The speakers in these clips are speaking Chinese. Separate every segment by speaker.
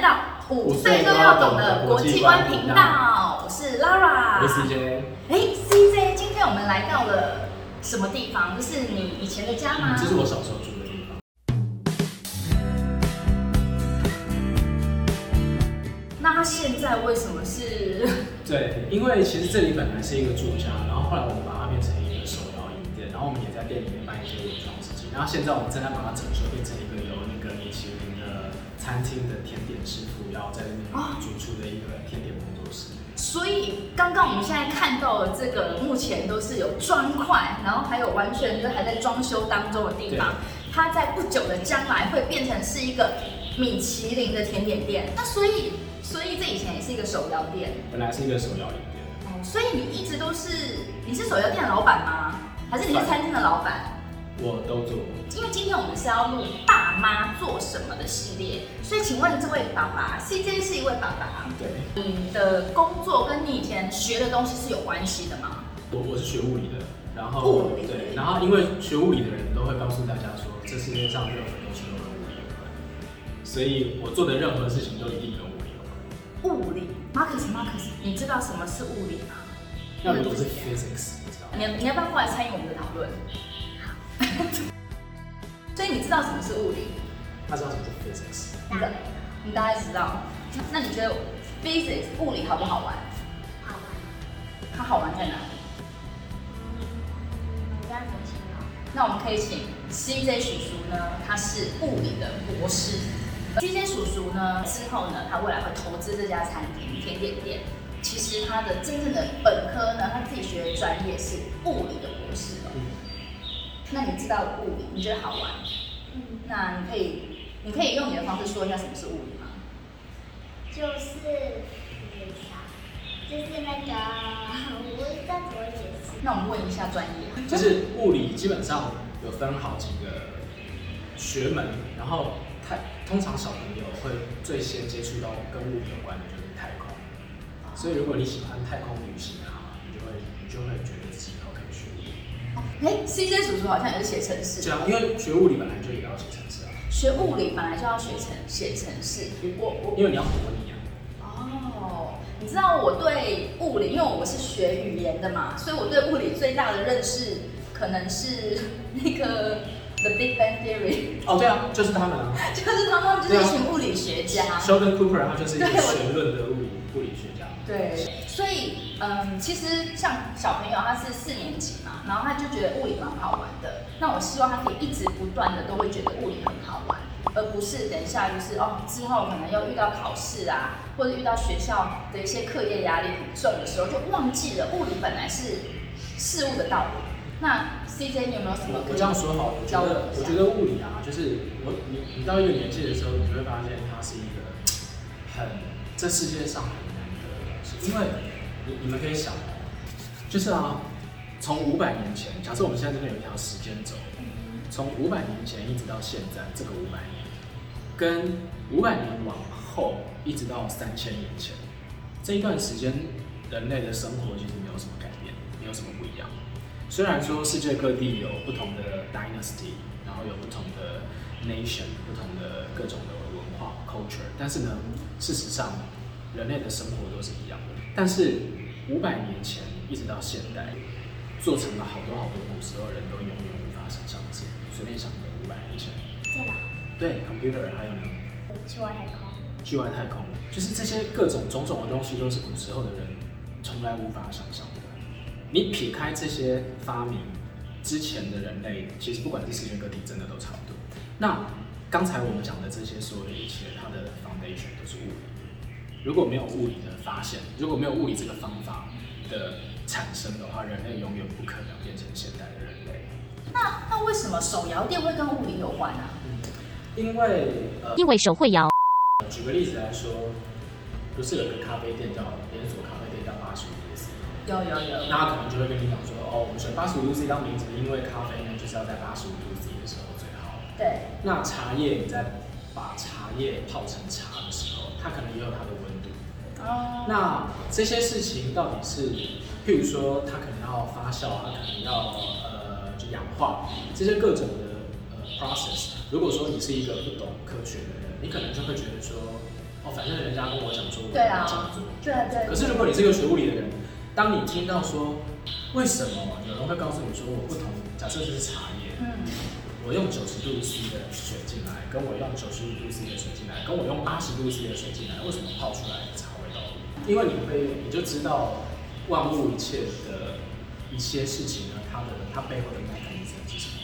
Speaker 1: 到五岁都要懂的国际观频道，我是 Lara。
Speaker 2: ACJ，
Speaker 1: 哎，CJ，今天我们来到了什么地方？这是你以前的家吗？
Speaker 2: 嗯这是我小时候住的地方。
Speaker 1: 那它现在为什么是？
Speaker 2: 对，因为其实这里本来是一个住家，然后后来我们把它变成一个手摇饮店，然后我们也在店里面办一些文创事情，然后现在我们正在把它整修变成一个有那个米其林的餐厅的甜点师傅要在那边主厨的一个甜点工作室。
Speaker 1: 所以刚刚我们现在看到的这个，目前都是有砖块，然后还有完全就是还在装修当中的地方，它在不久的将来会变成是一个米其林的甜点店。那所以，所以这以前也是一个手摇店，
Speaker 2: 本来是一个手摇饮店，
Speaker 1: 哦，所以你一直都是你是手摇店的老板吗？还是你是餐厅的老板？
Speaker 2: 我都做过。
Speaker 1: 因为今天我们是要录爸妈做什么的系列，所以请问这位爸爸，CJ 是一位爸爸，
Speaker 2: 对，
Speaker 1: 你的工作跟你以前学的东西是有关系的吗？
Speaker 2: 我我是学物理的，然后
Speaker 1: 物理
Speaker 2: 对，然后因为学物理的人都会告诉大家说，这世界上任何东西都跟物理有关，所以我做的任何事情都一定跟物理有关。
Speaker 1: 物理，Marcus Marcus，你知道什么是物理吗？
Speaker 2: 那如果是 physics，你知道吗？
Speaker 1: 你你要不要过来参与我们的讨论？好， 所以你知道什么是物理？
Speaker 2: 他知道什么是 physics？
Speaker 1: 你的你大概知道。那你觉得 physics 物理好不好玩？
Speaker 3: 好玩，
Speaker 1: 它好玩在哪里？
Speaker 3: 嗯我这样怎么形容？
Speaker 1: 那我们可以请 CJ 叔叔呢，他是物理的博士。CJ 叔叔呢，之后呢，他未来会投资这家餐厅甜点店。其实他的真正的本科呢，他自己学的专业是物理的博士哦。
Speaker 2: 嗯
Speaker 1: 那你知道物理，你觉得好玩？
Speaker 3: 嗯，
Speaker 1: 那你可以，你可以用你的方式说一下什么是物理吗？
Speaker 3: 就是等一下就是那个，我该怎么解释？
Speaker 1: 那我们问一下专业。
Speaker 2: 嗯就是物理基本上有分好几个学门，然后太通常小朋友会最先接触到跟物理有关的就是太空，所以如果你喜欢太空旅行啊，你就会你就会觉得自己以可以学物理。
Speaker 1: 哎，CJ 叔叔好像也是写程式
Speaker 2: 这。样，因为学物理本来就也要写程式啊，
Speaker 1: 学物理本来就要学程写程式，我我
Speaker 2: 因为你要模拟啊。
Speaker 1: 哦，你知道我对物理，因为我是学语言的嘛，所以我对物理最大的认识可能是那个 The Big Bang Theory，
Speaker 2: 哦，对啊，就是他们啊。
Speaker 1: 就是他们就是一群物理学家。
Speaker 2: Sheldon Cooper 他就是一个
Speaker 1: 对我
Speaker 2: 学论的物理物理学家。
Speaker 1: 对，所以嗯，其实像小朋友他是四年级嘛，然后他就觉得物理蛮好玩的。那我希望他可以一直不断的都会觉得物理很好玩，而不是等一下就是哦之后可能又遇到考试啊，或者遇到学校的一些课业压力很重的时候，就嗯忘记了物理本来是事物的道理。那 CJ 你有没有什么
Speaker 2: 我
Speaker 1: 可
Speaker 2: 我
Speaker 1: 以
Speaker 2: 这样说好，我觉
Speaker 1: 教
Speaker 2: 得
Speaker 1: 一
Speaker 2: 我
Speaker 1: 下
Speaker 2: 觉得物理啊，就是我你你到一个年纪的时候，你就会发现它是一个很这世界上很难得的东西，因为你你们可以想哦，就是啊，从五百年前，假设我们现在这边有一条时间轴，
Speaker 1: 嗯
Speaker 2: 从五百年前一直到现在这个五百年，跟五百年往后一直到三千年前这一段时间，人类的生活其实没有什么改变，没有什么不一样。虽然说世界各地有不同的 dynasty，然后有不同的 nation，不同的各种的文化 culture，但是呢，事实上人类的生活都是一样的。但是五百年前一直到现代，做成了好多好多古时候人都永远无法想象的事。随便想个五百年前，
Speaker 3: 电脑，
Speaker 2: 对 computer 还有呢
Speaker 3: 去外太空，
Speaker 2: 去外太空，就是这些各种种种的东西都是古时候的人从来无法想象的。你撇开这些发明之前的人类，其实不管是世界各地，真的都差不多。那刚才我们讲的这些所有的一切，它的 foundation 都是物理。如果没有物理的发现，如果没有物理这个方法的产生的话，人类永远不可能变成现代的人类。
Speaker 1: 那那为什么手摇店会跟物理有关啊？
Speaker 2: 因为呃，
Speaker 4: 因为手会摇。
Speaker 2: 举个例子来说，不是有个咖啡店叫连锁咖啡店叫八十五度 C，
Speaker 1: 有有有
Speaker 2: 那他可能就会跟你讲说，哦，我们选八十五度 C 当名字，因为咖啡呢就是要在八十五度 C 的时候最好。
Speaker 1: 对，
Speaker 2: 那茶叶你在把茶叶泡成茶的时候，它可能也有它的温度。
Speaker 1: 哦，
Speaker 2: 那这些事情到底是，譬如说它可能要发酵啊，它可能要呃就氧化，这些各种的呃 process。如果说你是一个不懂科学的人，你可能就会觉得说，哦，反正人家跟我讲说我
Speaker 1: 对啊
Speaker 2: 要这样做。
Speaker 1: 对对。啊
Speaker 2: 可是如果你是个学物理的人，当你听到说为什么有人会告诉你说我不同，假设这是茶叶，
Speaker 1: 嗯，
Speaker 2: 我用九十度 C 的水进来，跟我用九十五度 C 的水进来，跟我用八十度 C 的水进来，为什么泡出来的茶味道不一样？因为你会，你就知道万物一切的一些事情呢，它的它背后的 mechanism 是什么。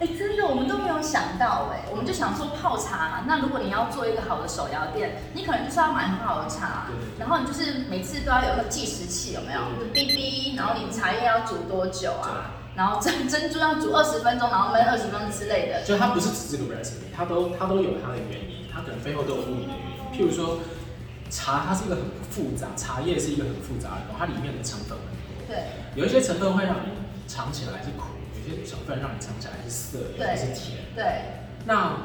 Speaker 1: 哎、真的我们都没有想到哎、我们就想说泡茶，那如果你要做一个好的手摇店，你可能就是要买很好的茶
Speaker 2: 对对，对
Speaker 1: 然后你就是每次都要有一个计时器，有没有？
Speaker 2: 对
Speaker 1: 哔哔，然后你茶叶要煮多久啊？然后珍珍珠要煮二十分钟，然后焖二十分钟之类的。
Speaker 2: 就它不是只是个 recipe，它都它都有它的原因，它可能背后都有物理的原因。譬如说，茶它是一个很复杂，茶叶是一个很复杂的东西，它里面的成分很多，
Speaker 1: 对
Speaker 2: 有一些成分会让你尝起来是苦，有些成分让你尝起来是涩，有些是甜。
Speaker 1: 对，
Speaker 2: 那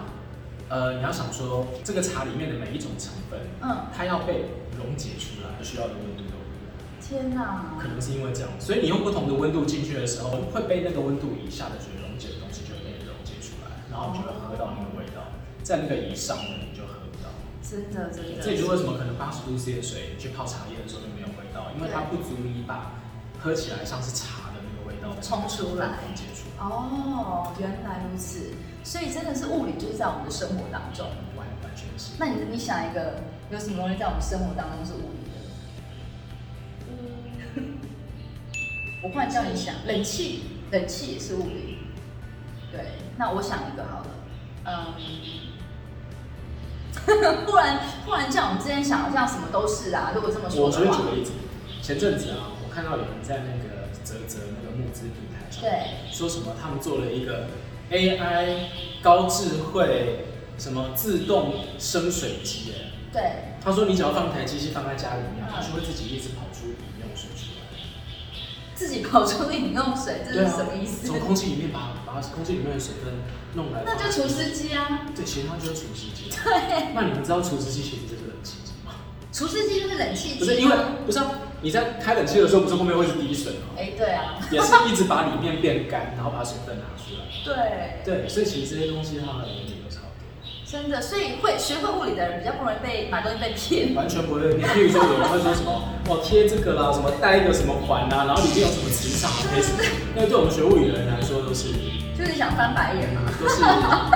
Speaker 2: 呃，你要想说这个茶里面的每一种成分，
Speaker 1: 嗯，
Speaker 2: 它要被溶解出来，需要的温度都不一样。
Speaker 1: 天哪
Speaker 2: 可！能是因为这样，所以你用不同的温度进去的时候，会被那个温度以下的水溶解的东西就会被溶解出来，然后你就会喝到那个味道，在那个以上的你就喝不到。
Speaker 1: 真的真的。
Speaker 2: 这也就是为什么可能八十度 C 的水你去泡茶叶的时候就没有味道，因为它不足以把喝起来像是茶的那个味道
Speaker 1: 冲出来
Speaker 2: 溶解出来。
Speaker 1: 哦，原来如此，所以真的是物理就是在我们的生活当中。
Speaker 2: 完完全是，
Speaker 1: 那你你想一个，有什么东西在我们生活当中是物理的？
Speaker 3: 嗯，
Speaker 1: 我忽然叫你想，冷气，冷气也是物理。对，那我想一个好了， 嗯，忽然忽然叫我们之前想好像什么都是啊，如果这么说
Speaker 2: 我随
Speaker 1: 的
Speaker 2: 便
Speaker 1: 话
Speaker 2: 举，个例子，前阵子啊，我看到有人在那个泽泽那个募资平台上，
Speaker 1: 对，
Speaker 2: 说什么他们做了一个 AI 高智慧什么自动生水机，哎
Speaker 1: 对，
Speaker 2: 他说你只要放台机器放在家里面
Speaker 1: 嗯，
Speaker 2: 它就会自己一直跑出饮用水出来。
Speaker 1: 自己跑出饮用水，这
Speaker 2: 对
Speaker 1: 是
Speaker 2: 啊
Speaker 1: 什么意 思？
Speaker 2: 从空气里面把把空气里面的水分弄来，
Speaker 1: 那就除湿。机啊，
Speaker 2: 对，其实它就是除湿机。
Speaker 1: 对，
Speaker 2: 那你们知道除湿机其实就是冷气机吗？
Speaker 1: 除湿机就是冷气机，
Speaker 2: 不是因为不是、啊、你在开冷气的时候，不是后面会是滴水吗？
Speaker 1: 哎，对啊，
Speaker 2: 也是一直把里面变干，然后把水分拿出来。
Speaker 1: 对。
Speaker 2: 对，所以其实这些东西它的原理都差不
Speaker 1: 真的，所以会学会物理的人比较不容易被买东西被
Speaker 2: 多，
Speaker 1: 骗。
Speaker 2: 完全不会变。譬如说有人会说什么，哦贴这个啦，什么带一个什么环啦、然后里面有什么磁场啊，可以什么，那个对我们学物理的人来说都是啊
Speaker 1: 就是想翻白眼嘛。
Speaker 2: 都是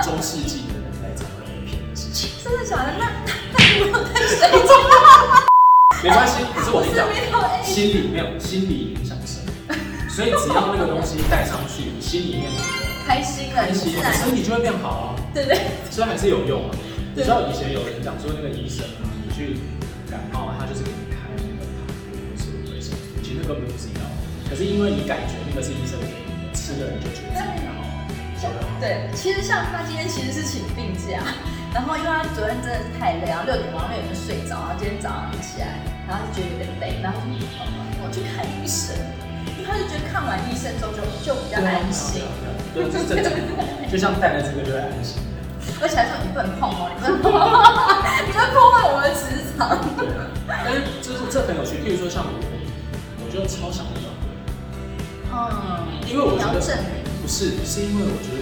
Speaker 2: 中世纪的人在常被骗的事情。
Speaker 1: 真的假的？那那那有没有对谁讲？
Speaker 2: 没关系，可是
Speaker 1: 我
Speaker 2: 我跟
Speaker 1: 是
Speaker 2: 你讲，
Speaker 1: 没有哎。
Speaker 2: 心理没有心理影响深，所以只要那个东西带上去，心里面
Speaker 1: 哎开心了，
Speaker 2: 开心
Speaker 1: 你自，然
Speaker 2: 身体就会变好啊。
Speaker 1: 对不对？
Speaker 2: 所以还是有用啊。你
Speaker 1: 对
Speaker 2: 知道以前有人讲说那个医生啊，你去感冒啊，他就是给你开那个糖或是维生素，其实那根本不是药，可是因为你感觉那个是医生给你的，吃了你就觉得自己好，觉得好。
Speaker 1: 对，其实像他今天其实是请病假，然后因为他昨天真的是太累，然后六点晚上六点就睡着，然后今天早上起来，然后他就觉得有点累，然后就我去看医生，因为他就觉得看完医生之后就就比较
Speaker 2: 对啊
Speaker 1: 安心。，
Speaker 2: 对啊对啊对啊对，这是正常的，就像带了这个就会安心一样。
Speaker 1: 而且还说你不能碰哦，你不能碰，你会破坏我们的磁场。
Speaker 2: 对啊，但是就是这很有趣，譬如说像我，我就超想转
Speaker 1: 嗯，
Speaker 2: 因为我
Speaker 1: 你
Speaker 2: 觉
Speaker 1: 嗯要
Speaker 2: 得
Speaker 1: 证明，
Speaker 2: 不是，是因为我觉得